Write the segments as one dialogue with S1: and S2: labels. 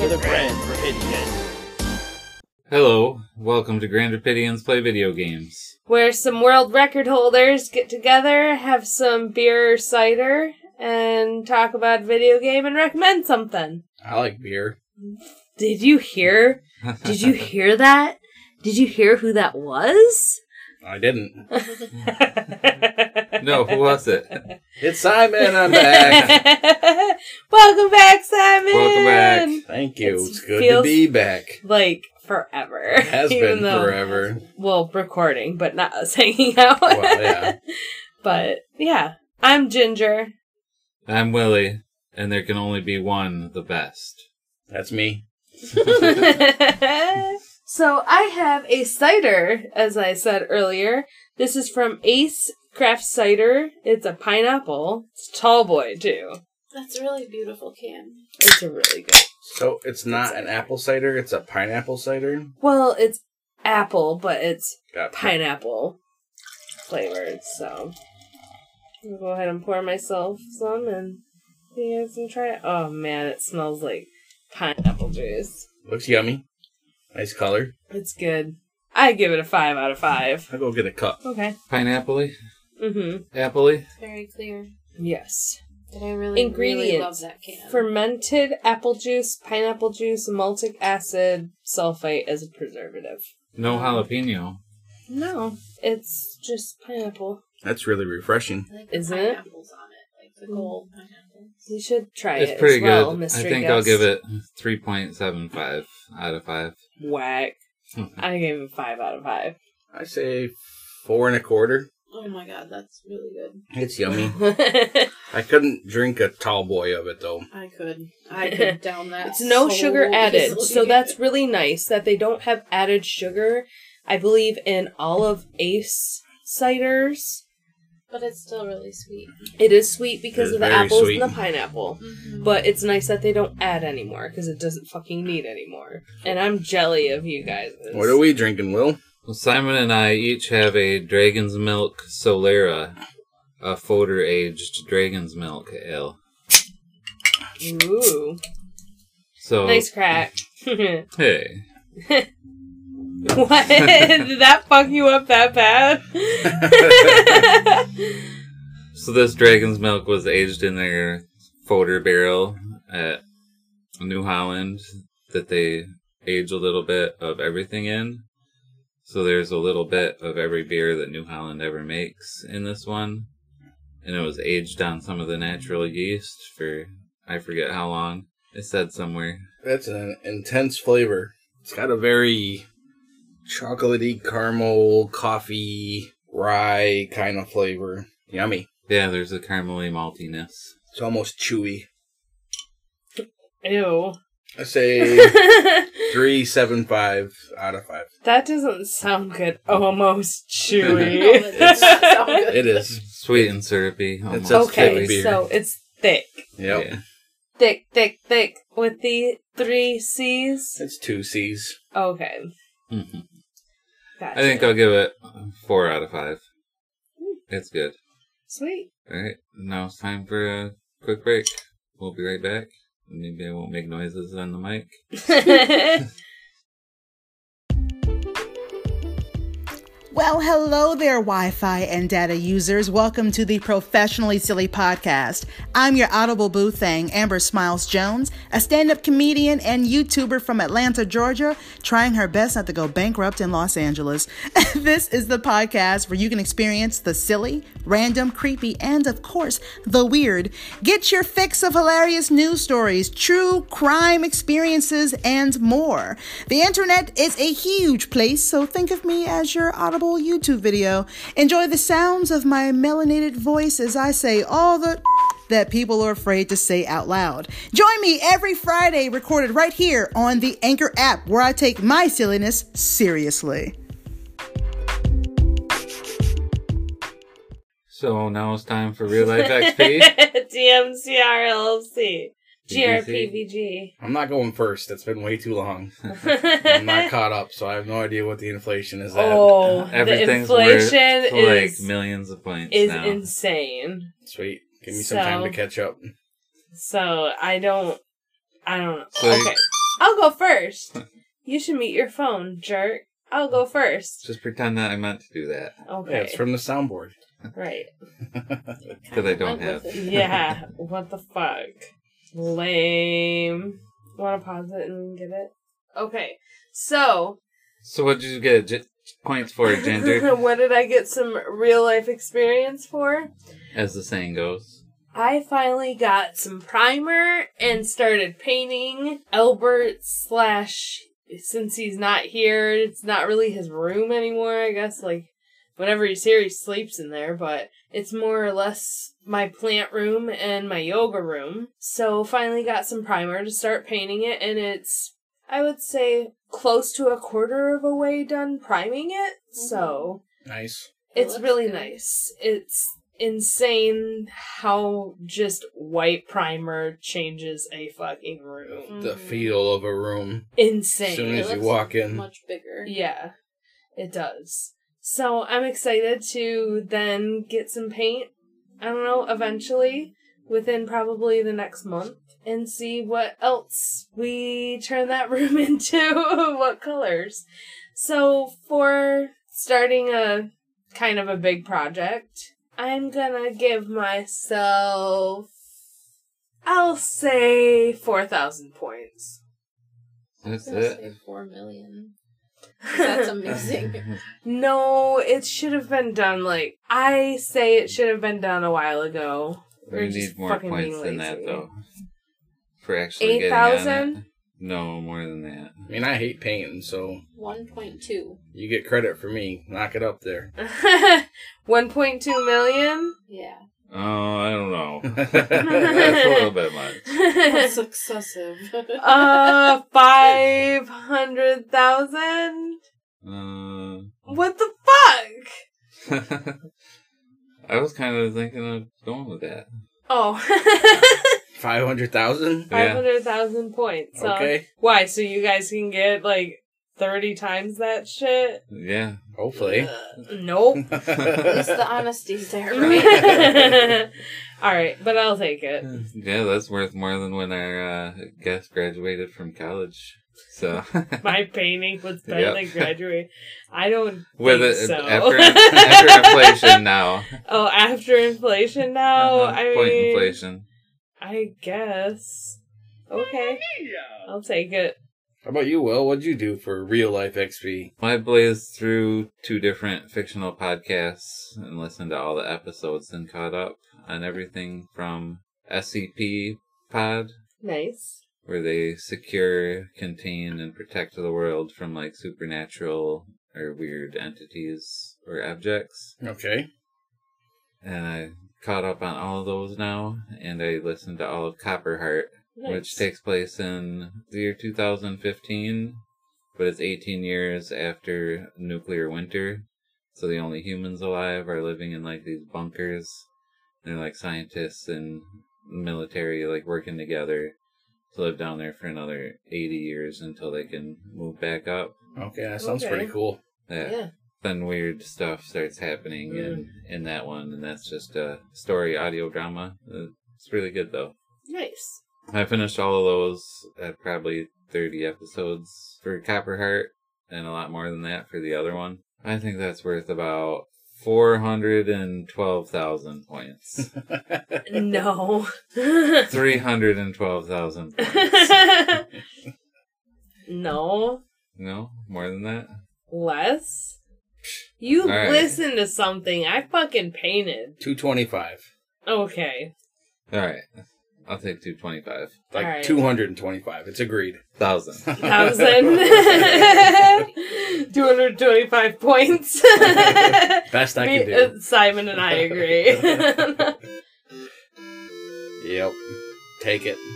S1: With a friend for idiot.
S2: Hello, welcome to Grand Rapidians Play Video Games.
S3: Where some world record holders get together, have some beer or cider, and talk about video game and recommend something.
S4: I like beer.
S3: Did you hear? Did you hear that? Did you hear who that was?
S4: I didn't.
S2: No, who was it?
S4: It's Simon. I'm back.
S3: Welcome back, Simon.
S2: Welcome back.
S4: Thank you.
S3: It's-
S4: It's good
S3: feels-
S4: to be back.
S3: Like forever.
S4: It has
S3: Even
S4: been
S3: though-
S4: forever.
S3: Well, recording, but not us hanging out.
S4: Well, yeah.
S3: But yeah, I'm Ginger.
S2: I'm Willie, and there can only be one, the best.
S4: That's me.
S3: so I have a cider, as I said earlier. This is from Ace Craft Cider. It's a pineapple. It's tall boy too.
S5: That's a really beautiful can.
S3: It's a really good.
S4: So it's not an apple cider. It's a pineapple cider.
S3: Well, it's apple, but it's
S4: Got
S3: pineapple flavored. So I'll go ahead and pour myself some, and you guys can try it. Oh man, it smells like pineapple juice.
S4: Looks yummy. Nice color.
S3: It's good. I give it a five out of five.
S4: I'll go get a cup.
S3: Okay.
S2: Pineapple
S3: Mm-hmm.
S2: Appley?
S5: Very clear.
S3: Yes.
S5: Did I really, really love
S3: Ingredients.
S5: that can?
S3: Fermented apple juice, pineapple juice, maltic acid, sulfite as a preservative.
S2: No jalapeno.
S3: No, it's just pineapple.
S4: That's really refreshing.
S5: I like the
S3: Isn't it? Mm-hmm.
S5: pineapples on it, like the gold pineapples.
S3: You should try it.
S2: It's
S3: as
S2: pretty
S3: well,
S2: good.
S3: Mystery
S2: I think I'll
S3: Guest.
S2: give it 3.75 out of 5.
S3: whack. I gave it five out of five.
S4: I say four and a quarter.
S5: Oh my god, that's really good.
S4: It's yummy. I couldn't drink a tall boy of it though.
S5: I could, I could down that.
S3: it's no
S5: so
S3: sugar added,
S5: easily.
S3: so that's really nice that they don't have added sugar. I believe in all of Ace ciders.
S5: But it's still really sweet.
S3: It is sweet because
S4: It is
S3: of the
S4: very
S3: apples
S4: sweet.
S3: and the pineapple. But it's nice that they don't add anymore because it doesn't fucking need anymore. And I'm jelly of you guys.
S4: What are we drinking, Will?
S2: Well, Simon and I each have a Dragon's Milk Solera, a fodder aged Dragon's Milk ale.
S3: Ooh,
S4: Oh.
S2: So
S3: nice crack.
S2: Hey,
S3: what? Did that fuck you up that bad?
S2: so this Dragon's Milk was aged in their fodder barrel at New Holland that they age a little bit of everything in. So there's a little bit of every beer that New Holland ever makes in this one. And it was aged on some of the natural yeast for I forget how long. It said somewhere.
S4: That's an intense flavor. It's got a very chocolatey caramel, coffee, rye kind of flavor. Yummy.
S2: Yeah, there's a caramely maltiness.
S4: It's almost chewy.
S3: Ew.
S4: I say
S3: that
S4: three seven five out of five.
S3: doesn't sound good. Almost
S5: No,
S3: chewy.
S5: that does sound good.
S4: It is.
S2: Sweet and syrupy. Almost
S4: That's
S3: okay,
S4: thick beer.
S3: so it's thick.
S4: Yep.
S2: Yeah.
S3: Thick, thick, thick. With the three C's.
S4: It's two C's.
S3: Okay.
S2: Mhm.
S3: Gotcha.
S2: I think I'll give it four out of five. It's good.
S3: Sweet.
S2: All right, now it's time for a quick break. We'll be right back. Maybe I won't make noises on the mic.
S6: Well, hello there, Wi Fi and data users. Welcome to the Professionally Silly Podcast. I'm your Audible Boo Thang, Amber Smiles Jones, a stand up comedian and YouTuber from Atlanta, Georgia, trying her best not to go bankrupt in Los Angeles. this is the podcast where you can experience the silly, random, creepy, and of course, the weird. Get your fix of hilarious news stories, true crime experiences, and more. The internet is a huge place, so think of me as your audible YouTube video. Enjoy the sounds of my melanated voice as I say all the that people are afraid to say out loud. Join me every Friday, recorded right here on the Anchor app, where I take my silliness seriously.
S2: So now it's time for real life XP.
S3: DMCRLFC. GRPVG.
S4: I'm not going first. That's been way too long. I'm not caught up, so I have no idea what the inflation is at.
S3: oh, the
S2: Everything's
S3: inflation
S2: worth
S3: is,
S2: like millions of points
S3: is
S2: now.
S3: insane.
S4: Sweet. Give me some time to
S3: So-
S4: catch up.
S3: So I don't, I don't know.
S2: So you-
S3: okay, I'll go first. You should meet your phone, jerk. I'll go first.
S2: Just pretend that I meant to do that
S4: Yeah,
S3: Okay,
S4: it's from the soundboard.
S3: right.
S2: because I don't have.
S3: Yeah, what the fuck? Lame. Want to pause it and get it? Okay, so
S2: So what did you get? J- points for Ginger,
S3: what did I get some real life experience for?
S2: as the saying goes.
S3: I finally got some primer and started painting Albert slash since he's not here, it's not really his room anymore, I guess like whenever he's here he sleeps in there, but it's more or less my plant room and my yoga room. So finally got some primer to start painting it and it's I would say close to a quarter of a way done priming it. So
S4: Nice.
S5: It
S3: it's
S5: looks
S3: really
S5: good.
S3: nice. It's insane how just white primer changes a fucking room.
S4: The feel of a room.
S3: Insane.
S4: Soon
S5: It
S4: as you
S5: looks
S4: walk in.
S5: Much bigger.
S3: Yeah, it does. So I'm excited to then get some paint. I don't know, eventually, within probably the next month, and see what else we turn that room into, what colors. So for starting a kind of a big project, I'm gonna give myself, I'll say 4,000 points.
S2: That's
S5: I'm gonna
S2: it.
S5: say four million. That's amazing.
S3: No, it should have been done like I say it should have been done a while ago.
S2: we
S3: We're just
S2: need more
S3: fucking
S2: points
S3: being
S2: than
S3: lazy.
S2: that though. For actually
S3: Eight
S2: getting on it.
S3: thousand?
S2: No, more than that.
S4: I mean, I hate painting, so
S5: One point two.
S4: you get credit for me. Knock it up there.
S3: 1.2 million?
S5: Yeah.
S2: Oh, I don't know. That's a little bit much.
S5: That's excessive.
S3: uh 500,000?
S2: Uh,
S3: What the fuck?
S2: I was kind of thinking of going with that.
S3: Oh.
S4: 500,000?
S2: Yeah.
S3: 500,000 points. So
S4: Okay.
S3: Why? So you guys can get like 30 times that shit?
S2: Yeah.
S4: Hopefully.
S3: Ugh, nope.
S5: At least the honesty's there, right?
S3: All right, but I'll take it.
S2: Yeah, that's worth more than when our uh, guest graduated from college. So
S3: My painting was better
S2: Yep.
S3: than graduate. I don't
S2: with
S3: think
S2: it,
S3: so.
S2: after, after inflation now,
S3: oh, after inflation now.
S2: Uh-huh,
S3: Oh, I mean,
S2: point inflation.
S3: I guess. Okay, I'll take it.
S4: How about you, Will? What'd you do for real life XP?
S2: I blazed through two different fictional podcasts and listened to all the episodes and caught up on everything from SCP Pod,
S3: Nice.
S2: where they secure, contain, and protect the world from like supernatural or weird entities or objects.
S4: Okay.
S2: And I caught up on all of those now, and I listened to all of Copperheart,
S3: nice.
S2: which takes place in the year 2015, but it's 18 years after nuclear winter. So the only humans alive are living in like these bunkers. They're like scientists and military, like working together to live down there for another 80 years until they can move back up.
S4: Okay, that sounds
S3: Okay.
S4: pretty cool.
S2: Yeah.
S3: Yeah.
S2: Then weird stuff starts happening in, in that one, and that's just a story audio drama. Uh, It's really good though.
S3: Nice.
S2: I finished all of those at probably 30 episodes for Copperheart and a lot more than that for the other one. I think that's worth about 412,000 points.
S3: No.
S2: 312,000 points.
S3: no.
S2: No? More than that?
S3: Less. You
S2: All right.
S3: listen to something. I fucking painted.
S4: 225.
S3: Okay.
S2: Alright. I'll take 225,000.
S4: Like
S3: Alright.
S4: 225. It's agreed.
S3: thousand. Two hundred twenty-five points.
S4: Best I
S3: Me-
S4: can do.
S3: uh, Simon and I agree.
S4: Yep. Take it.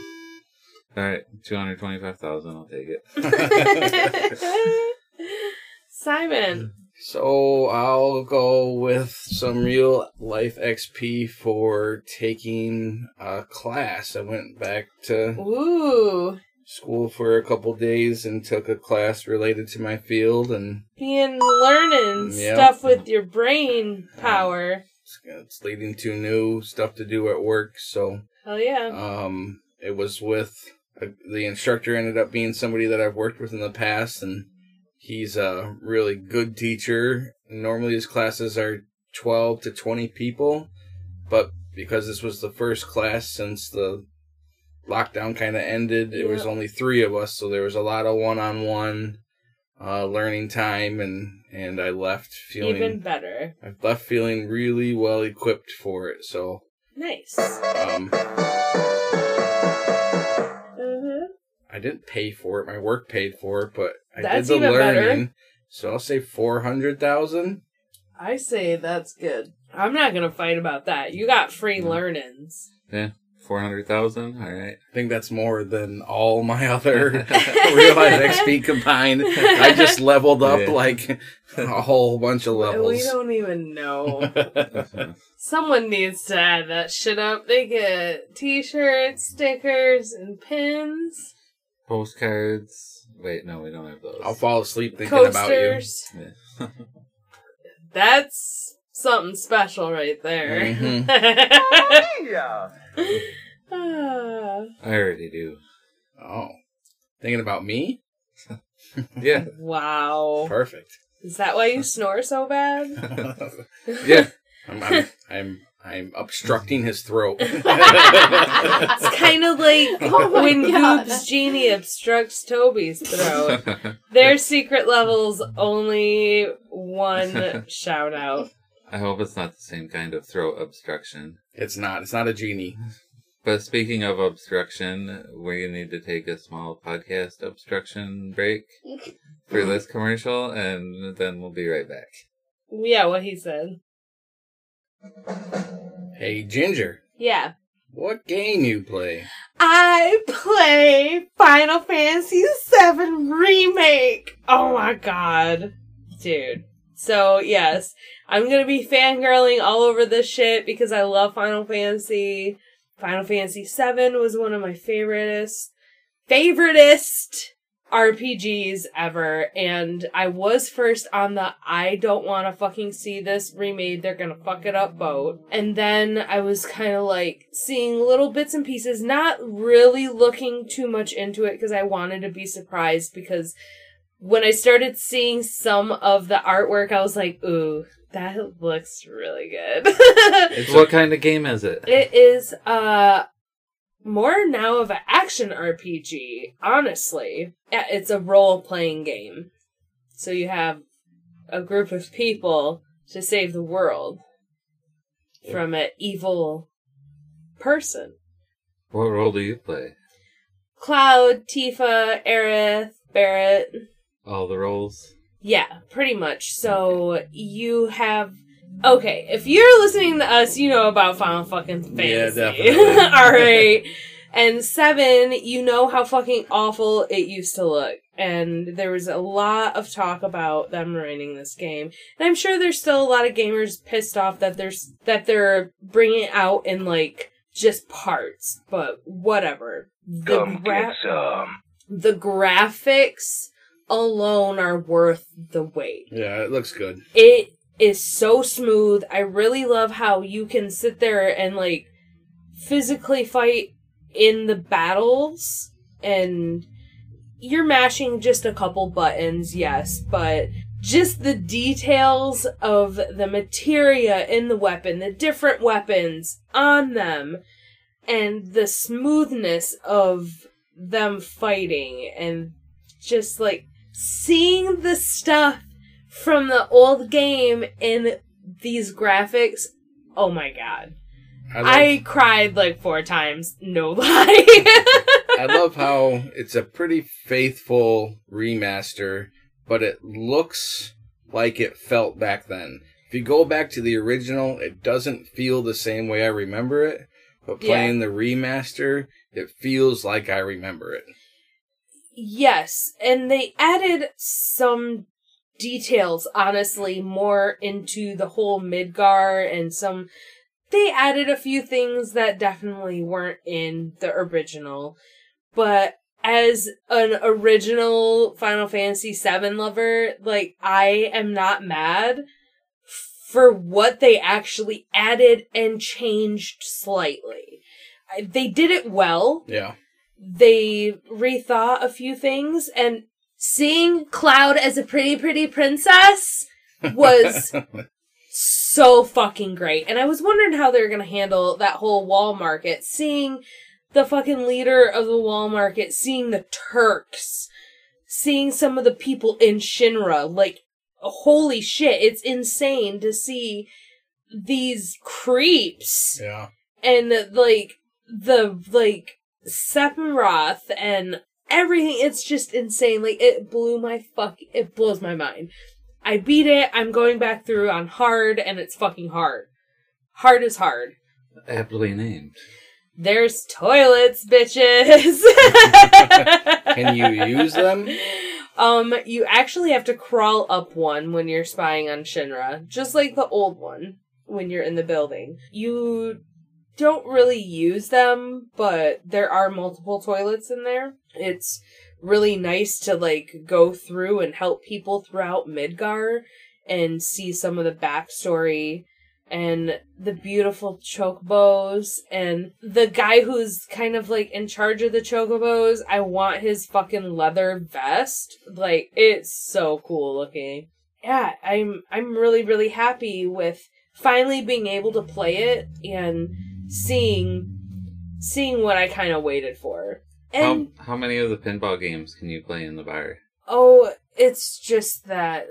S2: All right, two hundred twenty-five thousand. I'll take it.
S3: Simon.
S4: So I'll go with some real life XP for taking a class. I went back to
S3: Ooh.
S4: school for a couple days and took a class related to my field, and
S3: Being learning
S4: Yep.
S3: stuff with your brain power.
S4: it's- it's leading to new stuff to do at work. So
S3: Hell yeah.
S4: um, it was with uh, the instructor ended up being somebody that I've worked with in the past, and he's a really good teacher. Normally, his classes are 12 to 20 people, but because this was the first class since the lockdown kind of ended, it was
S3: Yeah.
S4: only three of us, so there was a lot of one on one learning time, and, and I left feeling.
S3: Even better.
S4: I left feeling really well equipped for it, so
S3: Nice.
S4: um,
S3: Uh-huh.
S4: I didn't pay for it. My work paid for it, but I
S3: That's
S4: did the
S3: even better.
S4: learning. So I'll say four hundred thousand.
S3: I say that's good. I'm not gonna fight about that. You got
S4: Mm.
S3: free learnings.
S2: Four hundred thousand. All right.
S4: I think that's more than all my other real life XP combined. I just leveled up
S2: Yeah.
S4: like a whole bunch of
S3: We
S4: levels.
S3: don't even know. Someone needs to add that shit up. They get t-shirts, stickers, and pins,
S2: Postcards. Wait, no, we don't have those.
S4: I'll fall asleep thinking about you.
S3: coasters.
S2: Yeah.
S3: That's something special right there.
S4: Mhm.
S3: Ah,
S2: I already do.
S4: Oh, thinking about me?
S2: Yeah,
S3: wow.
S4: Perfect.
S3: Is that why you snore so bad?
S4: I'm,
S2: yeah.
S4: I'm, I'm, I'm obstructing his throat.
S3: It's kind of like
S4: Oh
S5: my
S3: when
S5: God.
S3: Goob's genie obstructs Toby's throat. Their secret level's only one shout out.
S2: I hope it's not the same kind of throat obstruction.
S4: it's not. It's not a genie.
S2: But speaking of obstruction, we need to take a small podcast obstruction break for this commercial, and then we'll be right back.
S3: Yeah, what he said.
S4: Hey, Ginger,
S3: Yeah.
S4: what game you play?
S3: I play Final Fantasy VII Remake. Oh my god. Dude. So, yes, I'm gonna be fangirling all over this shit because I love Final Fantasy. Final Fantasy VII was one of my favoriteest, favoriteest RPGs ever. And I was first on the I don't wanna fucking see this remade, they're gonna fuck it up boat. And then I was kinda like seeing little bits and pieces, not really looking too much into it because I wanted to be surprised because when I started seeing some of the artwork, I was like, ooh, that looks really good.
S4: It's
S2: What kind of game is it?
S3: It is uh more now of an action RPG, honestly. Yeah, It's a role playing game. So you have a group of people to save the world from an evil person.
S2: What role do you play?
S3: Cloud, Tifa, Aerith, Barrett.
S2: All the roles?
S3: Yeah, pretty much. So you have okay. If you're listening to us, you know about Final fucking
S4: Yeah,
S3: Fantasy.
S4: definitely.
S3: All right. And seven, you know how fucking awful it used to look. And there was a lot of talk about them ruining this game. And I'm sure there's still a lot of gamers pissed off that there's that they're bringing it out in like just parts, but whatever. The gra- the graphics alone are worth the wait.
S4: Yeah, it looks good.
S3: It is so smooth. I really love how you can sit there and like physically fight in the battles and you're mashing just a couple buttons, yes, but just the details of the materia in the weapon, the different weapons on them, and the smoothness of them fighting, and just like seeing the stuff from the old game in these graphics. Oh my god.
S4: I love,
S3: I cried like four times, no lie.
S4: I love how it's a pretty faithful remaster, but it looks like it felt back then. If you go back to the original, it doesn't feel the same way I remember it, But
S3: Yeah.
S4: playing the remaster, it feels like I remember it.
S3: Yes, and they added some details, honestly, more into the whole Midgar and some. They added a few things that definitely weren't in the original. But as an original Final Fantasy VII lover, like, I am not mad for what they actually added and changed slightly. I- They did it well
S4: Yeah.
S3: they rethought a few things and seeing cloud as a pretty pretty princess was so fucking great and i was wondering how they were going to handle that whole wall market seeing the fucking leader of the wall market seeing the turks seeing some of the people in shinra like holy shit it's insane to see these creeps
S4: Yeah.
S3: and like the like Sephiroth and everything. It's just insane. Like it blew my fuck. It blows my mind. I beat it. I'm going back through on hard, and it's fucking hard. Hard is hard.
S2: Aptly named.
S3: There's toilets, bitches.
S4: Can you use them?
S3: Um, you actually have to crawl up one when you're spying on Shinra, just like the old one when you're in the building. You don't really use them, but there are multiple toilets in there. It's really nice to like go through and help people throughout Midgar and see some of the backstory and the beautiful chocobos and the guy who's kind of like in charge of the chocobos i want his fucking leather vest like it's so cool looking yeah i'm i'm really really happy with finally being able to play it and seeing seeing what i kind of waited for and
S2: how, how many of the pinball games can you play in the bar?
S3: oh it's just that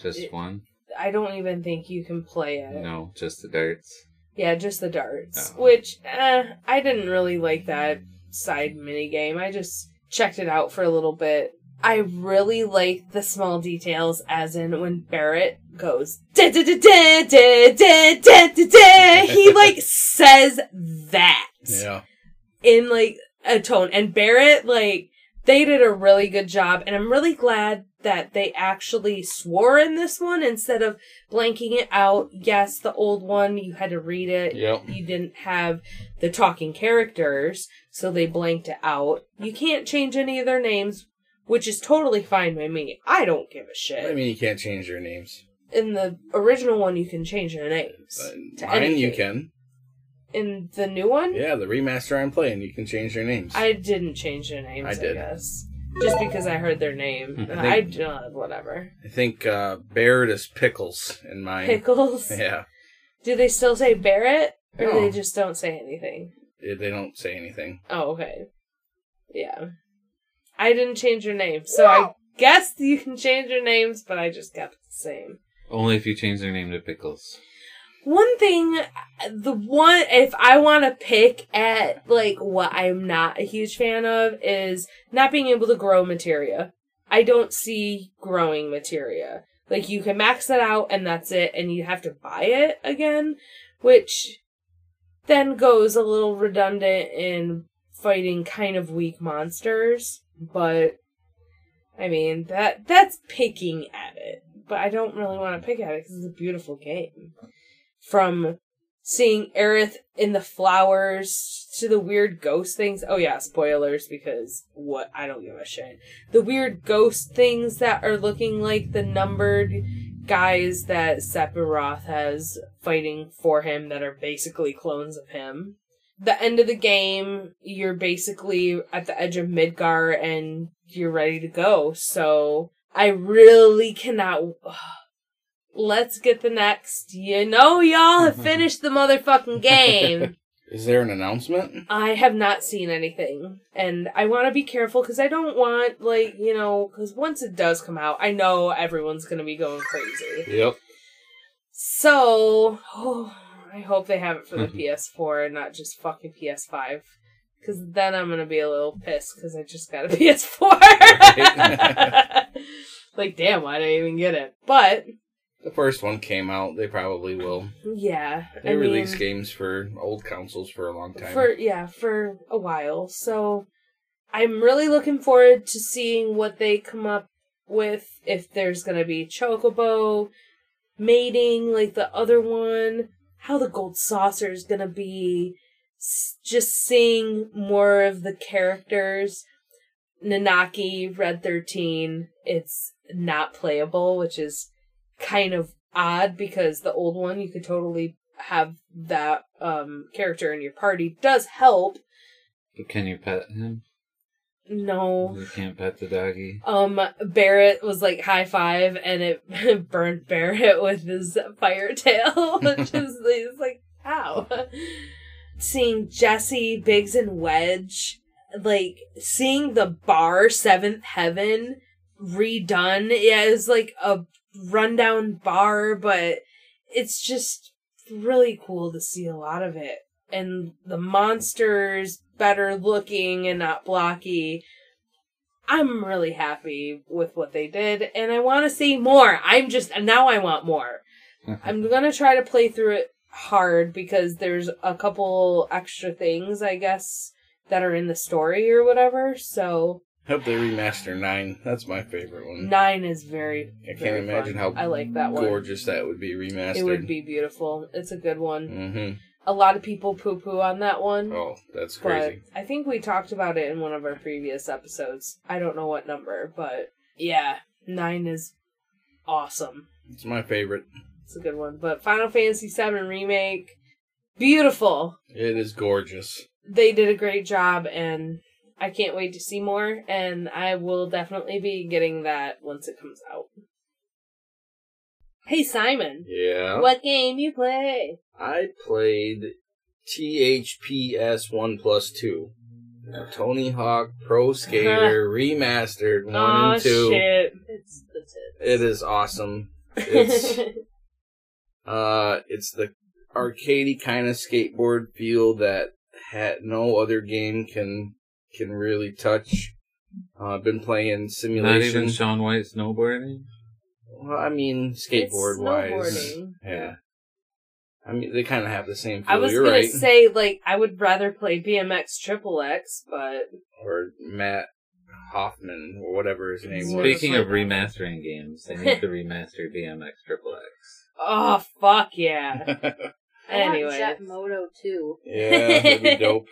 S2: Just
S3: It-
S2: one?
S3: i don't even think you can play it
S2: No, just the darts.
S3: Yeah, just the darts.
S2: Oh.
S3: Which eh, I didn't really like that side mini game. I just checked it out for a little bit. I really like the small details, as in when Barrett goes da da da da da da da da da. He like says that
S4: Yeah.
S3: in like a tone. And Barrett, like, they did a really good job. And I'm really glad that they actually swore in this one instead of blanking it out. Yes, the old one, you had to read it.
S4: Yep.
S3: You didn't have the talking characters, so they blanked it out. You can't change any of their names, which is totally fine by me. I don't give a shit.
S4: I mean, you can't change your names.
S3: in the original one, you can change their names.
S4: Uh,
S3: to
S4: Mine, you
S3: anything.
S4: can.
S3: In the new one,
S4: Yeah, the remaster I'm playing, you can change their names.
S3: I didn't change their names,
S4: I
S3: I,
S4: did. Mm-hmm.
S3: guess. Just because I heard their name.
S2: Hmm.
S3: I, don't, whatever.
S4: I think uh, Barrett is Pickles in mine.
S3: Pickles.
S4: Yeah.
S3: Do they still say Barrett? Or
S4: No.
S3: they just don't say anything?
S4: Eh, They don't say anything.
S3: Oh, okay. Yeah. I didn't change your name, so I guess you can change your names, but I just kept the same.
S2: Only if you change their name to Pickles.
S3: One thing, the one, if I want to pick at, like, what I'm not a huge fan of is not being able to grow materia. I don't see growing materia. Like, you can max that out and that's it, and you have to buy it again, which then goes a little redundant in fighting kind of weak monsters, but. I mean that that's picking at it, but I don't really want to pick at it because it's a beautiful game from seeing Aerith in the flowers to the weird ghost things. Oh yeah, spoilers because what I don't give a shit. The weird ghost things that are looking like the numbered guys that Sephiroth has fighting for him that are basically clones of him. The end of the game, you're basically at the edge of Midgar and you're ready to go. So I really cannot let's get the next. You know, y'all have finished the motherfucking game.
S4: Is there an announcement?
S3: I have not seen anything, and I want to be careful because I don't want, like, you know, because once it does come out, I know everyone's gonna be going crazy.
S4: Yep.
S3: So, oh, I hope they have it for the PS4 and not just fucking PS5. Because then I'm gonna be a little pissed because I just got a PS4.
S4: Right.
S3: like, damn, why did I even get it? But
S7: the first one came out, they probably will.
S3: Yeah.
S7: They
S3: I
S7: release
S3: mean,
S7: games for old consoles for a long time.
S3: for yeah for a while so i'm really looking forward to seeing what they come up with if there's gonna be chocobo mating like the other one how the gold saucer is gonna be S- just seeing more of the characters nanaki red 13 it's not playable which is kind of odd because the old one you could totally have that um character in your party does help.
S2: Can you pet him?
S3: No.
S2: You can't pet the doggy.
S3: Um Barrett was like high five and it burned Barrett with his fire tail, which is he's like, ow. Seeing Jesse, Biggs and Wedge, like seeing the bar Seventh Heaven redone. Yeah, it was like a rundown bar, but it's just really cool to see a lot of it. And the monsters better looking and not blocky. I'm really happy with what they did, and I want to see more. I'm just now I want more. I'm gonna try to play through it hard because there's a couple extra things, I guess, that are in the story or whatever. So
S7: Hope they remaster nine. That's my favorite one.
S3: nine is very.
S7: Mm. I can't
S3: very
S7: imagine
S3: fun.
S7: how
S3: I like that one.
S7: Gorgeous that would be remastered.
S3: It would be beautiful. It's a good one.
S7: hmm
S3: A lot of people poo poo on that one.
S7: Oh, that's
S3: but
S7: crazy.
S3: I think we talked about it in one of our previous episodes. I don't know what number, but yeah, nine is awesome.
S7: It's my favorite.
S3: It's a good one. But Final Fantasy VII Remake, beautiful.
S7: It is gorgeous.
S3: They did a great job, and I can't wait to see more. And I will definitely be getting that once it comes out. Hey Simon,
S4: Yeah.
S3: what game you play?
S4: I played THPS 1 plus 2. Now, Tony Hawk Pro Skater Remastered 1
S3: Aw,
S4: and 2.
S3: shit! It's the
S4: It is awesome. It's uh it's the arcadey kind of skateboard feel that ha no other game can can really touch. Uh, I've been playing
S2: Not
S4: simulation.
S2: even Sean White snowboarding.
S4: well, I mean skateboard wise.
S3: snowboarding.
S4: Yeah. I mean they kind of have the same feel.
S3: I was
S4: You're
S3: gonna
S4: right.
S3: say like I would rather play BMX Triple X, but
S4: or Matt Hoffman or whatever his name was.
S2: Speaking of remastering games, they need to remaster BMX Triple X.
S3: oh fuck yeah.
S5: I want
S3: anyway,
S5: Jet Moto too.
S4: Yeah, that'd be dope.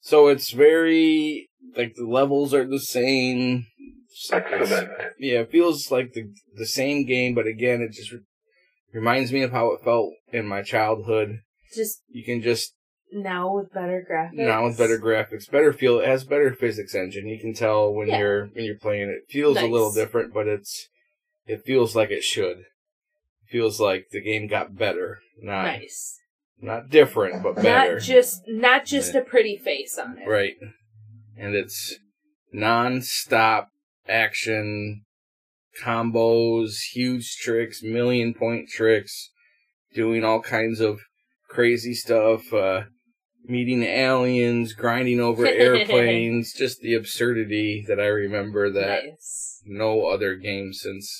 S4: So it's very like the levels are the same. Excellent. Yeah, it feels like the the same game, but again, it just re- reminds me of how it felt in my childhood.
S3: just
S4: You can just
S3: now with better graphics.
S4: now with better graphics, better feel. It has better physics engine. You can tell when
S3: Yeah.
S4: you're when you're playing it. It feels
S5: Nice.
S4: a little different, but it's it feels like it should. feels like the game got better, not
S3: nice.
S4: not different, but better.
S3: Not just not just a pretty face on it.
S4: Right. And it's non-stop action combos, huge tricks, million point tricks, doing all kinds of crazy stuff, uh meeting aliens, grinding over airplanes, just the absurdity that I remember that
S3: Nice.
S4: no other game since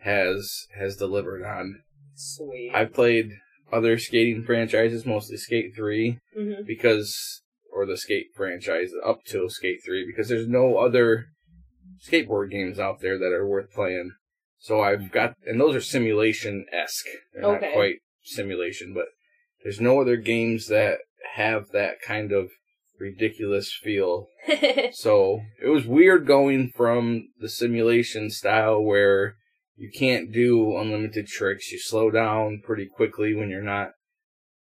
S4: has has delivered on.
S3: Sweet.
S4: I played other skating franchises, mostly Skate 3
S3: Mhm.
S4: because or the skate franchise up to skate 3 because there's no other skateboard games out there that are worth playing so i've got and those are simulation-esque they're
S3: Okay.
S4: not quite simulation but there's no other games that have that kind of ridiculous feel so it was weird going from the simulation style where you can't do unlimited tricks. You slow down pretty quickly when you're not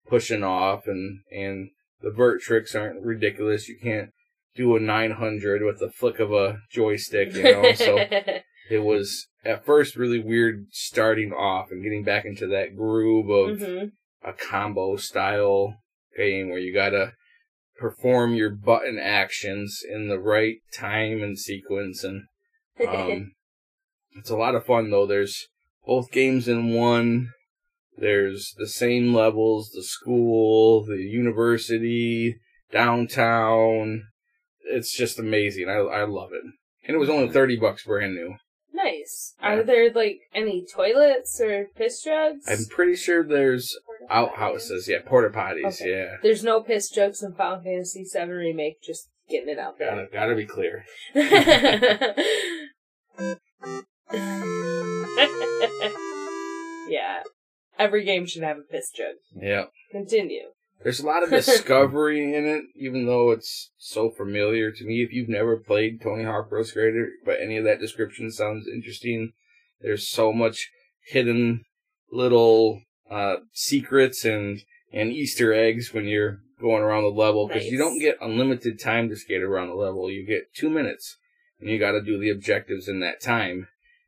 S4: pushing off, and and the vert tricks aren't ridiculous. You can't do a 900 with the flick of a joystick, you know. so it was at first really weird starting off and getting back into that groove of
S3: Mhm.
S4: a combo style game where you gotta perform your button actions in the right time and sequence and
S3: Mm-hmm.
S4: um, it's a lot of fun though there's both games in one there's the same levels the school the university downtown it's just amazing i, I love it and it was only 30 bucks brand new
S3: Nice.
S4: Yeah.
S3: Are there like any toilets or piss jugs?
S4: I'm pretty sure there's outhouses. Yeah, porta potties.
S3: Okay.
S4: Yeah.
S3: There's no piss jugs in Final Fantasy VII Remake. Just getting it out there.
S4: Gotta gotta be clear.
S3: yeah. Every game should have a piss jug.
S4: Yeah.
S3: Continue.
S4: There's a lot of discovery in it, even though it's so familiar to me. If you've never played Tony Hawk Pro Skater, but any of that description sounds interesting. There's so much hidden little uh, secrets and and Easter eggs when you're going around the level because you
S3: Nice.
S4: don't get unlimited time to skate around the level. You get two minutes, and you got to do the objectives in that time.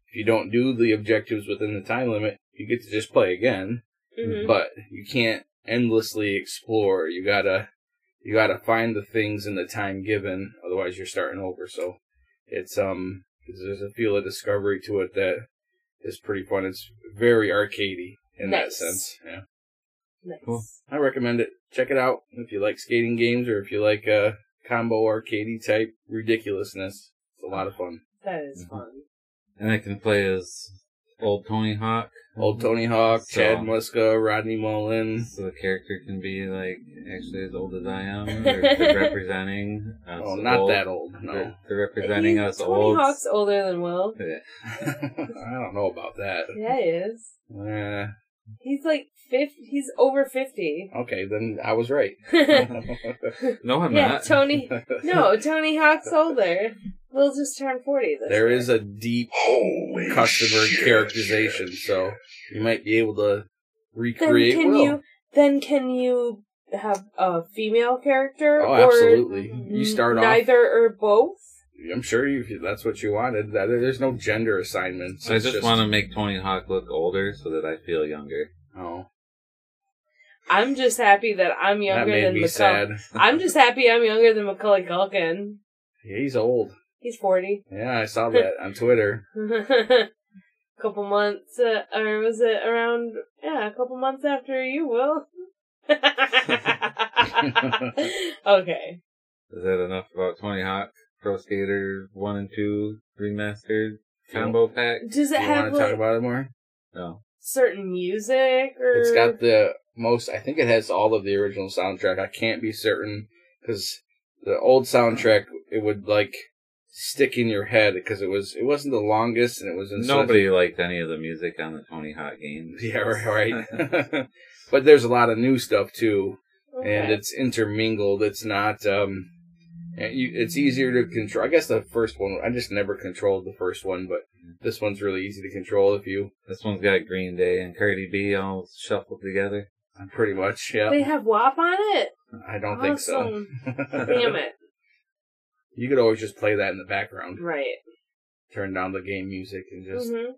S4: If you don't do the objectives within the time limit, you get to just play again
S3: Mhm.
S4: but you can't endlessly explore. You gotta you gotta find the things in the time given, otherwise you're starting over. So it's um there's a feel of discovery to it that is pretty fun. It's very arcadey in that
S3: Nice.
S4: sense. Yeah.
S3: Mm-hmm. Nice.
S2: Cool.
S4: I recommend it. Check it out if you like skating games or if you like uh combo arcadey type ridiculousness. It's a lot of fun.
S3: That is
S2: Mhm.
S4: Mm-hmm.
S3: fun.
S2: And I can play as old Tony Hawk.
S4: Old Tony Hawk, Chad
S2: Mm-hmm. So-
S4: Muska, Rodney Mullen.
S2: So the character can be like actually as old as I am. They're, they're representing us.
S4: Oh, not
S2: old.
S4: that old. No.
S2: They're, they're representing
S3: He's-
S2: us
S3: Tony
S2: old.
S3: Hawk's older than Will.
S2: Yeah.
S4: I don't know about that.
S3: Yeah, he is.
S4: Eh,
S3: He's like fifty. He's over fifty.
S4: okay, then I was right.
S2: No, I'm
S3: yeah,
S2: not.
S3: Tony. No, Tony Hawk's older. Will just turned forty. This
S4: there
S3: year.
S4: is a deep customer characterization, so you might be able to
S3: Then
S4: recreate
S3: can
S4: Will.
S3: you? Then can you have a female character?
S4: oh,
S3: or
S4: absolutely. You start off.
S3: neither or both.
S4: I'm sure you, if that's what you wanted. that- There's no gender assignments.
S2: I
S4: It's
S2: just want to make Tony Hawk look older so that I feel younger.
S4: Oh,
S3: I'm just happy that I'm
S4: that
S3: younger
S4: made
S3: than
S4: me
S3: Macaulay.
S4: sad.
S3: I'm just happy I'm younger than Macaulay Culkin.
S4: Yeah, he's old.
S3: He's forty.
S4: Yeah, I saw that on Twitter.
S3: couple months, uh, or was it around? Yeah, a couple months after you, Will. okay.
S2: Is that enough about Tony Hawk Pro Skater One and Two Remastered combo pack?
S3: Does it
S4: you
S3: have
S4: want to talk
S3: like
S4: about it more?
S2: No.
S3: certain music or?
S4: It's got the most. I think it has all of the original soundtrack. I can't be certain because the old soundtrack it would like stick in your head because it was it wasn't the longest and it was in such-
S2: Nobody liked any of the music on the Tony Hawk games.
S4: yeah, right. right. but there's a lot of new stuff too,
S3: Okay.
S4: and it's intermingled. It's not. um you, it's easier to control. I guess the first one, I just never controlled the first one, but this one's really easy to control if you
S2: This one's got Green Day and Cardi B all shuffled together.
S4: pretty much. Yeah,
S3: They have WAP on it.
S4: I don't think so.
S3: Awesome. Damn it!
S4: You could always just play that in the background.
S3: Right.
S4: turn down the game music and just
S3: hmm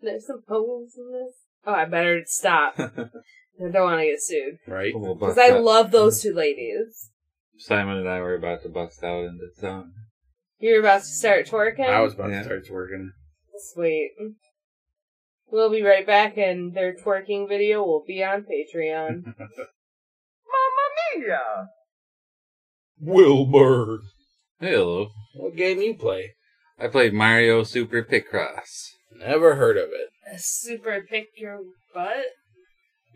S3: There's some holes in this. Oh, I better stop. I don't want to get sued
S4: right.
S2: We'll
S3: because
S2: bust
S3: I
S2: out-
S3: love those two ladies.
S2: Simon and I were about to bust out into song.
S3: You're about to start twerking.
S4: I was about
S2: Yeah.
S4: to start twerking.
S3: Sweet. We'll be right back, and their twerking video will be on Patreon.
S1: Wilbur.
S2: Hello.
S4: What game you play?
S2: I played Mario Super Picross.
S4: Never heard of it.
S3: Super pick your butt.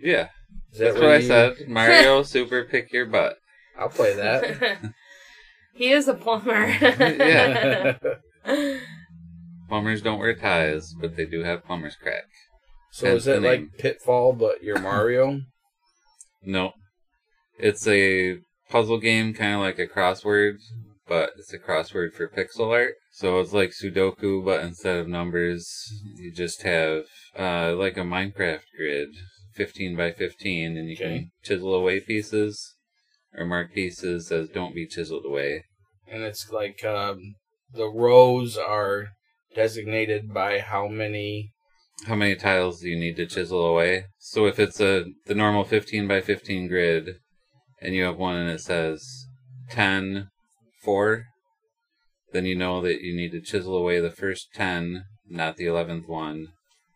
S2: Yeah,
S4: Is
S2: that's what I said. Mario Super Pick Your Butt.
S4: I'll play that.
S3: he is a plumber.
S2: Yeah. Plumbers don't wear ties, but they do have plumber's crack.
S4: so is it
S2: Name.
S4: like Pitfall, but you're Mario?
S2: No. It's a puzzle game, kind of like a crossword, but it's a crossword for pixel art. So it's like Sudoku, but instead of numbers, you just have uh, like a Minecraft grid, 15 by 15, and you
S4: Okay.
S2: can chisel away pieces or mark pieces as don't be chiseled away.
S4: and it's like um, the rows are designated by how many.
S2: How many tiles do you need to chisel away? So if it's a the normal 15 by 15 grid, and you have one and it says 10, 4, then you know that you need to chisel away the first 10, not the 11th one,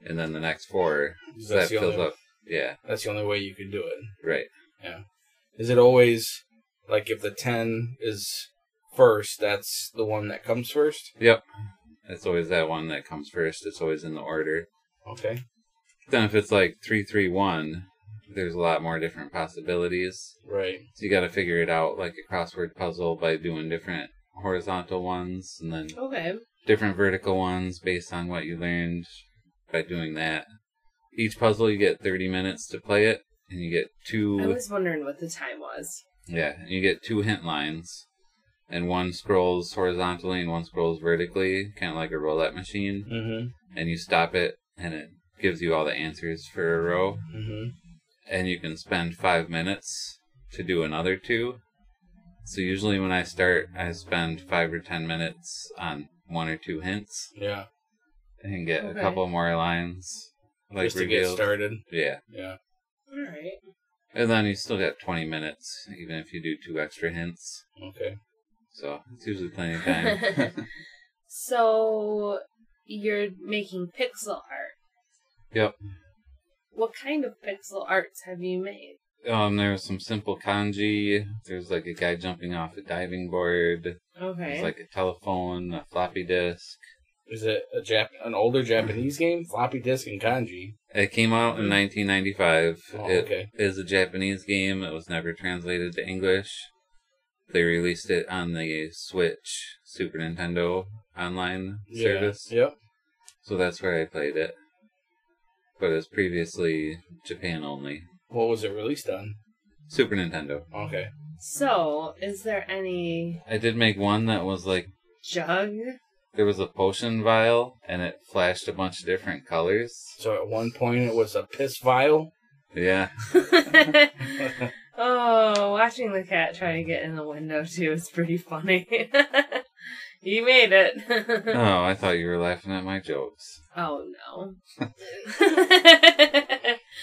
S2: and then the next 4. So
S4: That's
S2: that
S4: the
S2: fills
S4: only-
S2: up. Yeah,
S4: That's the only way you could do it.
S2: right.
S4: Is it always like if the ten is first, that's the one that comes first?
S2: Yep. It's always that one that comes first. It's always in the order.
S4: Okay.
S2: Then if it's like three three one, there's a lot more different possibilities.
S4: Right.
S2: So you got to figure it out like a crossword puzzle by doing different horizontal ones and then
S3: Okay.
S2: different vertical ones based on what you learned by doing that. Each puzzle you get 30 minutes to play it and you get
S3: I
S2: two
S3: was wondering what the time was.
S2: yeah, and you get two hint lines and one scrolls horizontally and one scrolls vertically, kind of like a roulette machine,
S4: Mm-hmm.
S2: and you stop it and it gives you all the answers for a row
S4: Mm-hmm.
S2: and you can spend five minutes to do another two. So usually when I start, I spend five or ten minutes on one or two hints
S4: Yeah.
S2: and get
S3: Okay.
S2: a couple more lines, like
S4: Just to get
S2: revealed.
S4: started.
S2: Yeah,
S4: Yeah.
S3: All right.
S2: and then you still got twenty minutes, even if you do two extra hints.
S4: Okay.
S2: So it's usually plenty of time.
S3: so you're making pixel art.
S2: Yep.
S3: What kind of pixel arts have you made?
S2: um, there's some simple kanji. There's like a guy jumping off a diving board.
S3: Okay.
S2: There's like a telephone, a floppy disk.
S4: Is it a Jap- an older Japanese game? Floppy disk and kanji.
S2: It came out in 1995.
S4: Oh,
S2: It-
S4: okay.
S2: is a Japanese game. It was never translated to English. They released it on the Switch Super Nintendo online service.
S4: Yeah. Yep.
S2: So that's where I played it. But it's previously Japan only.
S4: What was it released on?
S2: Super Nintendo.
S4: Okay.
S3: so, is there any
S2: I did make one that was like
S3: jug?
S2: there was a potion vial and it flashed a bunch of different colors.
S4: So at one point it was a piss vial.
S2: Yeah.
S3: oh, watching the cat try to get in the window too is pretty funny. you made it.
S2: Oh, I thought you were laughing at my jokes.
S3: oh no.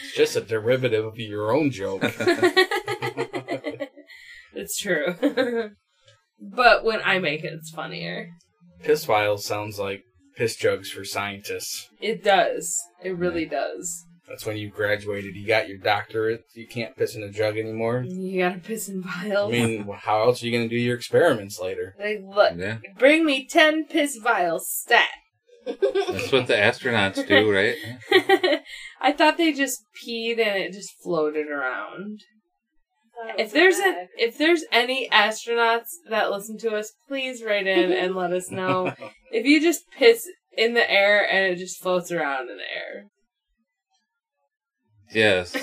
S4: It's just a derivative of your own joke.
S3: it's true. but when I make it, it's funnier.
S4: piss vial sounds like piss jugs for scientists.
S3: It does. It really does.
S4: That's when you graduated. You got your doctorate. You can't piss in a jug anymore.
S3: You gotta piss in
S4: I
S3: vials.
S4: mean, how else are you going to do your experiments later?
S3: like, look,
S2: Yeah.
S3: bring me 10 piss vials, stat.
S2: That's what the astronauts do, right?
S3: I thought they just peed and it just floated around. If there's a, if there's any astronauts that listen to us, please write in and let us know. If you just piss in the air and it just floats around in the air.
S2: Yes.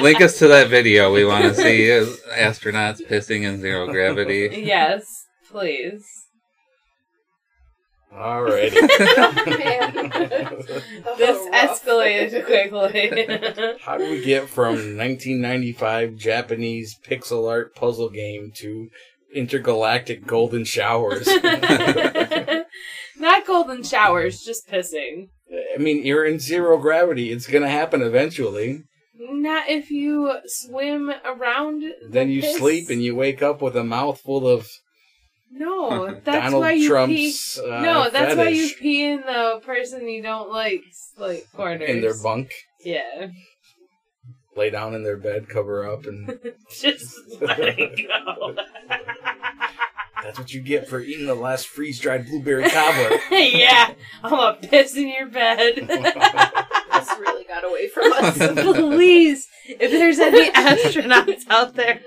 S2: Link us to that video we want to see is astronauts pissing in zero gravity.
S3: yes, please.
S4: Alrighty.
S3: This escalated quickly.
S4: How do we get from 1995 Japanese pixel art puzzle game to intergalactic golden showers?
S3: Not golden showers, just pissing.
S4: I mean, you're in zero gravity. It's going to happen eventually.
S3: Not if you swim around.
S4: Then you sleep and you wake up with a mouthful of
S3: No, that's
S4: Donald
S3: why you pee.
S4: Trump's. Uh,
S3: No, that's why you
S4: fetish
S3: pee in the person you don't like, like quarters.
S4: in their bunk,
S3: Yeah,
S4: lay down in their bed, cover up, and
S3: just let it go.
S4: that's what you get for eating the last freeze dried blueberry cobbler.
S3: yeah, I'm gonna piss in your bed.
S5: this really got away from us
S3: Please, if there's any astronauts out there,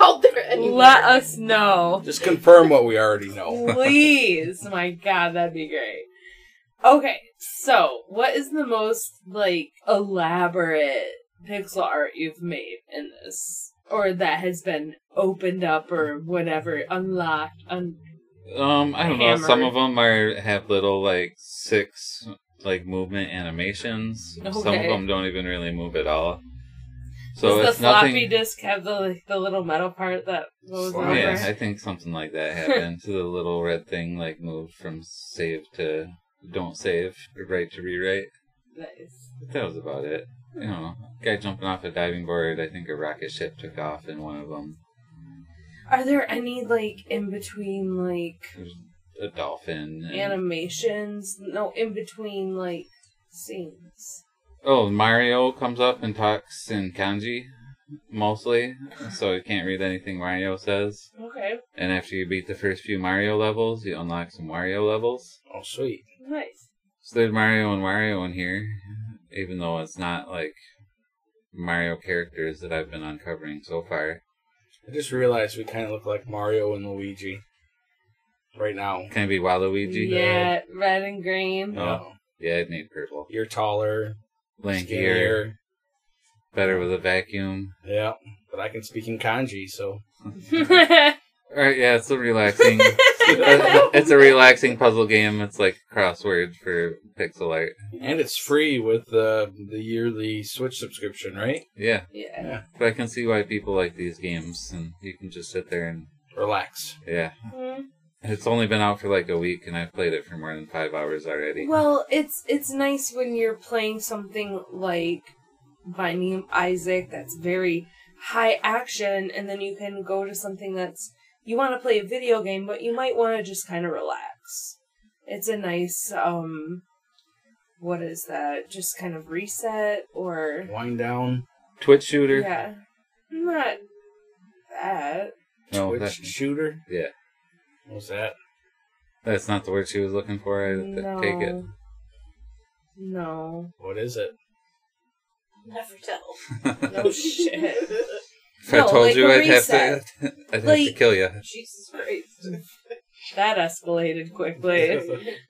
S5: out there anymore.
S3: let us know.
S4: Just confirm what we already know.
S3: Please. My god, that'd be great. Okay, so what is the most like elaborate pixel art you've made in this? Or that has been opened up or whatever, unlocked, un-
S2: Um, I don't know. Some
S3: Hammer.
S2: of them are have little like six like movement animations. Some of
S3: Okay.
S2: them don't even really move at all. So
S3: Does
S2: it's
S3: the floppy
S2: nothing. Oh,
S3: disk have the like, the little metal part that goes
S4: Slide.
S3: over?
S2: yeah, I think something like that happened. the little red thing like moved from save to don't save, right to rewrite.
S3: Nice.
S2: But that was about it. You know, guy jumping off a diving board. I think a rocket ship took off in one of them.
S3: Are there any like in between like
S2: There's a dolphin. and-
S3: animations? No, in between like scenes.
S2: oh, Mario comes up and talks in kanji. mostly, so you can't read anything Mario says.
S3: Okay.
S2: And after you beat the first few Mario levels, you unlock some Wario levels.
S4: Oh, sweet.
S3: Nice.
S2: So there's Mario and Wario in here, even though it's not like Mario characters that I've been uncovering so far.
S4: I just realized we kind of look like Mario and Luigi right now.
S2: Can it be Waluigi?
S3: Yeah, red and green.
S2: No. Yeah, I'd need purple.
S4: You're taller,
S2: Lankier,
S4: skinnier.
S2: better with a vacuum.
S4: Yeah, but I can speak in kanji, so
S2: All right, yeah, it's a relaxing. it's a relaxing puzzle game. It's like crossword for pixel art.
S4: and it's free with the the yearly Switch subscription, right?
S2: Yeah,
S3: yeah.
S2: but I can see why people like these games, and you can just sit there and
S4: Relax.
S2: yeah.
S3: Mhm.
S2: It's only been out for like a week, and I've played it for more than five hours already.
S3: Well, it's it's nice when you're playing something like Binding of Isaac that's very high action, and then you can go to something that's you want to play a video game, but you might want to just kind of relax. It's a nice um, what is that? Just kind of reset or
S4: Wind down.
S2: Twitch shooter.
S3: yeah, not that.
S2: No,
S4: Twitch
S2: Oh, that's,
S4: shooter.
S2: yeah,
S4: What's that?
S2: that's not the word she was looking for. I
S3: no.
S2: take it.
S3: No.
S4: What is it?
S5: Never tell. Oh,
S3: No shit.
S2: If I
S3: No,
S2: told
S3: like
S2: you,
S3: a
S2: I'd have to,
S3: reset.
S2: I'd have to
S3: Like-
S2: kill you.
S5: Jesus Christ.
S3: That escalated quickly.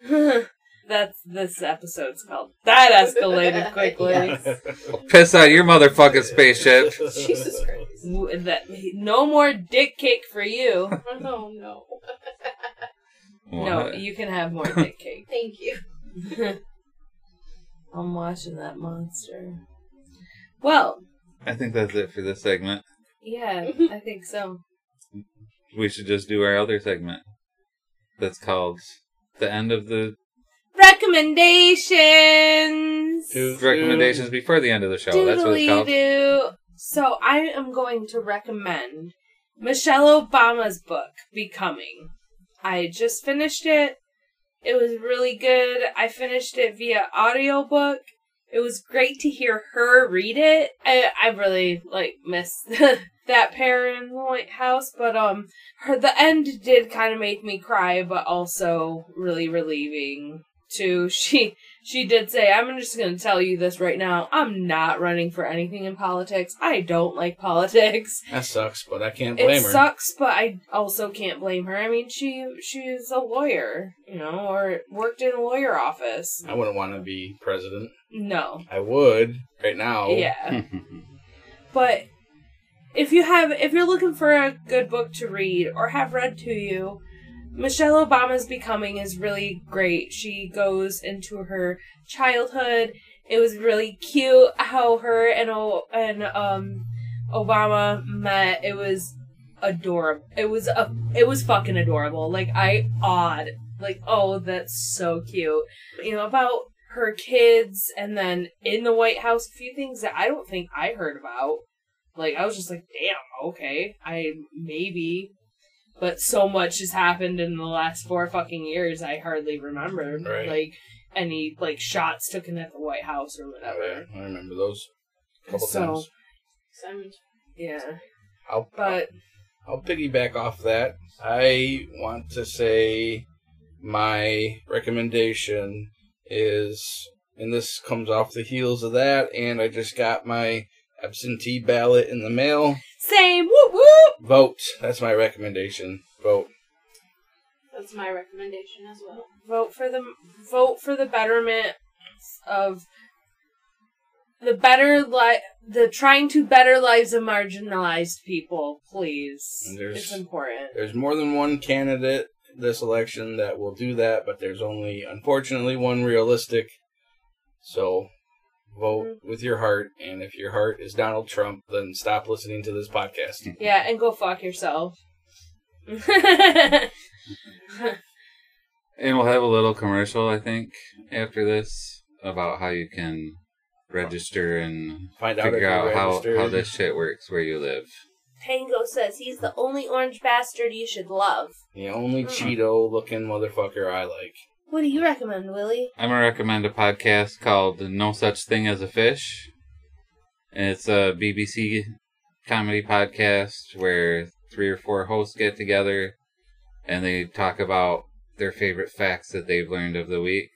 S3: That's this episode's called. That escalated quickly.
S5: Yes.
S2: Piss out your motherfucking spaceship.
S5: Jesus Christ.
S3: W- That, no more dick cake for you.
S5: Oh no.
S3: No, e you can have more dick cake.
S5: Thank you.
S3: I'm watching that monster. Well,
S2: I think that's it for this segment.
S3: yeah, I think so.
S2: We should just do our other segment. That's called the end of the
S3: Recommendations.
S2: recommendations before the end of the show. That's what it's called.
S3: Doodly-doo. So I am going to recommend Michelle Obama's book, Becoming. I just finished it. It was really good. I finished it via audiobook. It was great to hear her read it. I, I really like miss that pair in the White House, but um her the end did kind of make me cry, but also really relieving too. She she did say, I'm just going to tell you this right now. I'm not running for anything in politics. I don't like politics.
S4: That sucks, but I can't blame
S3: It
S4: her.
S3: sucks, but I also can't blame her. I mean, she she's a lawyer, you know, or worked in a lawyer office.
S4: I wouldn't want to be president.
S3: No.
S4: I would right now.
S3: Yeah. But if you have if you're looking for a good book to read or have read to you, Michelle Obama's Becoming is really great. She goes into her childhood. It was really cute how her and O- and um Obama met. It was adorable. It was a it was fucking adorable. Like I awed. Like oh that's so cute. You know about her kids and then in the White House a few things that I don't think I heard about. Like I was just like damn okay I maybe but so much has happened in the last four fucking years I hardly remember
S4: Right.
S3: like any like shots taken at the White House or
S4: Oh, yeah,
S3: whatever.
S4: I remember those. Couple
S3: So-
S4: times.
S5: Simon's
S3: Yeah.
S4: I'll,
S3: But
S4: I'll piggyback off that. I want to say my recommendation is, and this comes off the heels of that, and I just got my absentee ballot in the mail.
S3: same whoop whoop
S4: Vote. That's my recommendation. Vote.
S5: That's my recommendation as well.
S3: vote for the vote for the betterment of the better li- the trying to better lives of marginalized people, please.
S4: And there's-
S3: it's important.
S4: There's more than one candidate this election that will do that, but there's only, unfortunately, one realistic. So vote with your heart, and if your heart is Donald Trump, then stop listening to this podcast.
S3: Yeah, and go fuck yourself. That's
S2: And we'll have a little commercial, I think, after this about how you can register and
S4: Find out if
S2: figure
S4: you're
S2: out how,
S4: registered.
S2: how this shit works where you live.
S3: Tango says he's the only orange bastard you should love.
S4: The only
S3: Mm.
S4: Cheeto looking motherfucker I like.
S3: What do you recommend, Willie?
S2: I'm gonna recommend a podcast called "No Such Thing as a Fish." And it's a BBC comedy podcast where three or four hosts get together and they talk about their favorite facts that they've learned of the week.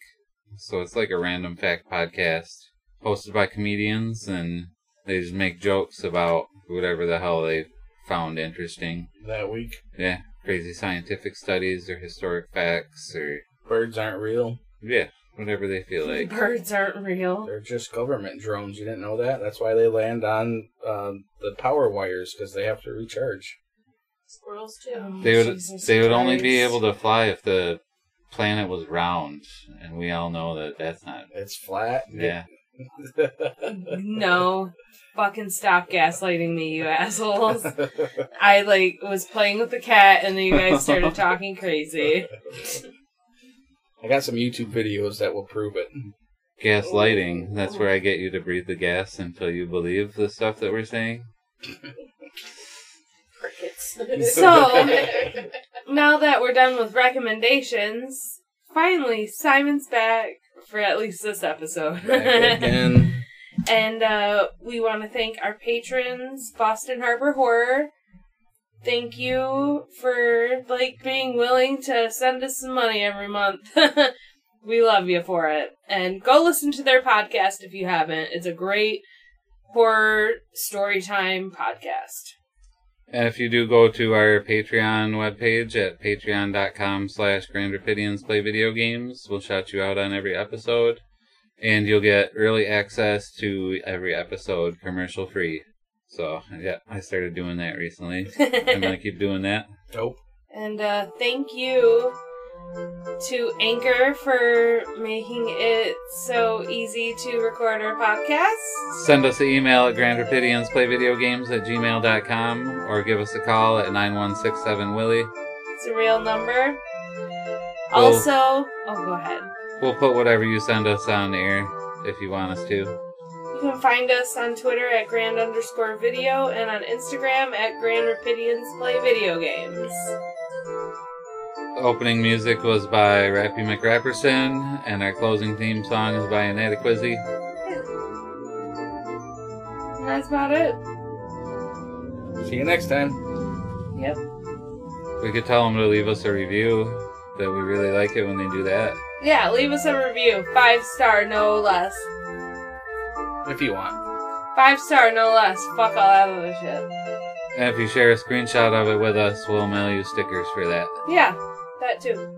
S2: So it's like a random fact podcast hosted by comedians and they just make jokes about whatever the hell they found interesting.
S4: that week.
S2: Yeah, crazy scientific studies or historic facts or
S4: Birds aren't real.
S2: yeah, whatever they feel like.
S3: Birds aren't real.
S4: They're just government drones. You didn't know that? That's why they land on uh, the power wires because they have to recharge.
S5: Squirrels
S3: Um,
S5: too.
S2: They would they would only be able to fly if the planet was round, and we all know that that's not.
S4: It's flat.
S2: Yeah,
S3: No. Fucking stop gaslighting me, you assholes. I like was playing with the cat and then you guys started talking crazy.
S4: I got some YouTube videos that will prove it.
S2: gaslighting. That's where I get you to breathe the gas until you believe the stuff that we're saying.
S5: Crickets.
S3: So now that we're done with recommendations, finally Simon's back for at least this episode.
S4: Back again.
S3: And uh, we want to thank our patrons, Boston Harbor Horror. Thank you for like being willing to send us some money every month. we love you for it. And go listen to their podcast if you haven't. It's a great horror story time podcast.
S2: And if you do go to our Patreon webpage at patreon.com slash Grand Rapidians Play Video Games, we'll shout you out on every episode. And you'll get early access to every episode commercial free. So, yeah, I started doing that recently. I'm going to keep doing that.
S4: Dope.
S3: And uh, thank you to Anchor for making it so easy to record our podcast.
S2: Send us an email at grandrapidiansplayvideogames at gmail.com or give us a call at 9167-WILLIE.
S3: It's a real number.
S2: Well-
S3: Also, oh, go ahead.
S2: We'll put whatever you send us on air if you want us to.
S3: You can find us on Twitter at grand underscore video and on Instagram at grand rapidians play video games.
S2: Opening music was by Rappy McRapperson, and our closing theme song is by Inadequacy.
S3: And That's about it.
S4: See you next time.
S2: We could tell them to leave us a review, that we really like it when they do that.
S3: Yeah, leave us a review. Five star, no less.
S4: If you want.
S3: Five star, no less. Fuck all that other shit.
S2: And if you share a screenshot of it with us, we'll mail you stickers for that.
S3: Yeah, that too.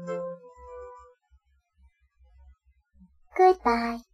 S8: Goodbye.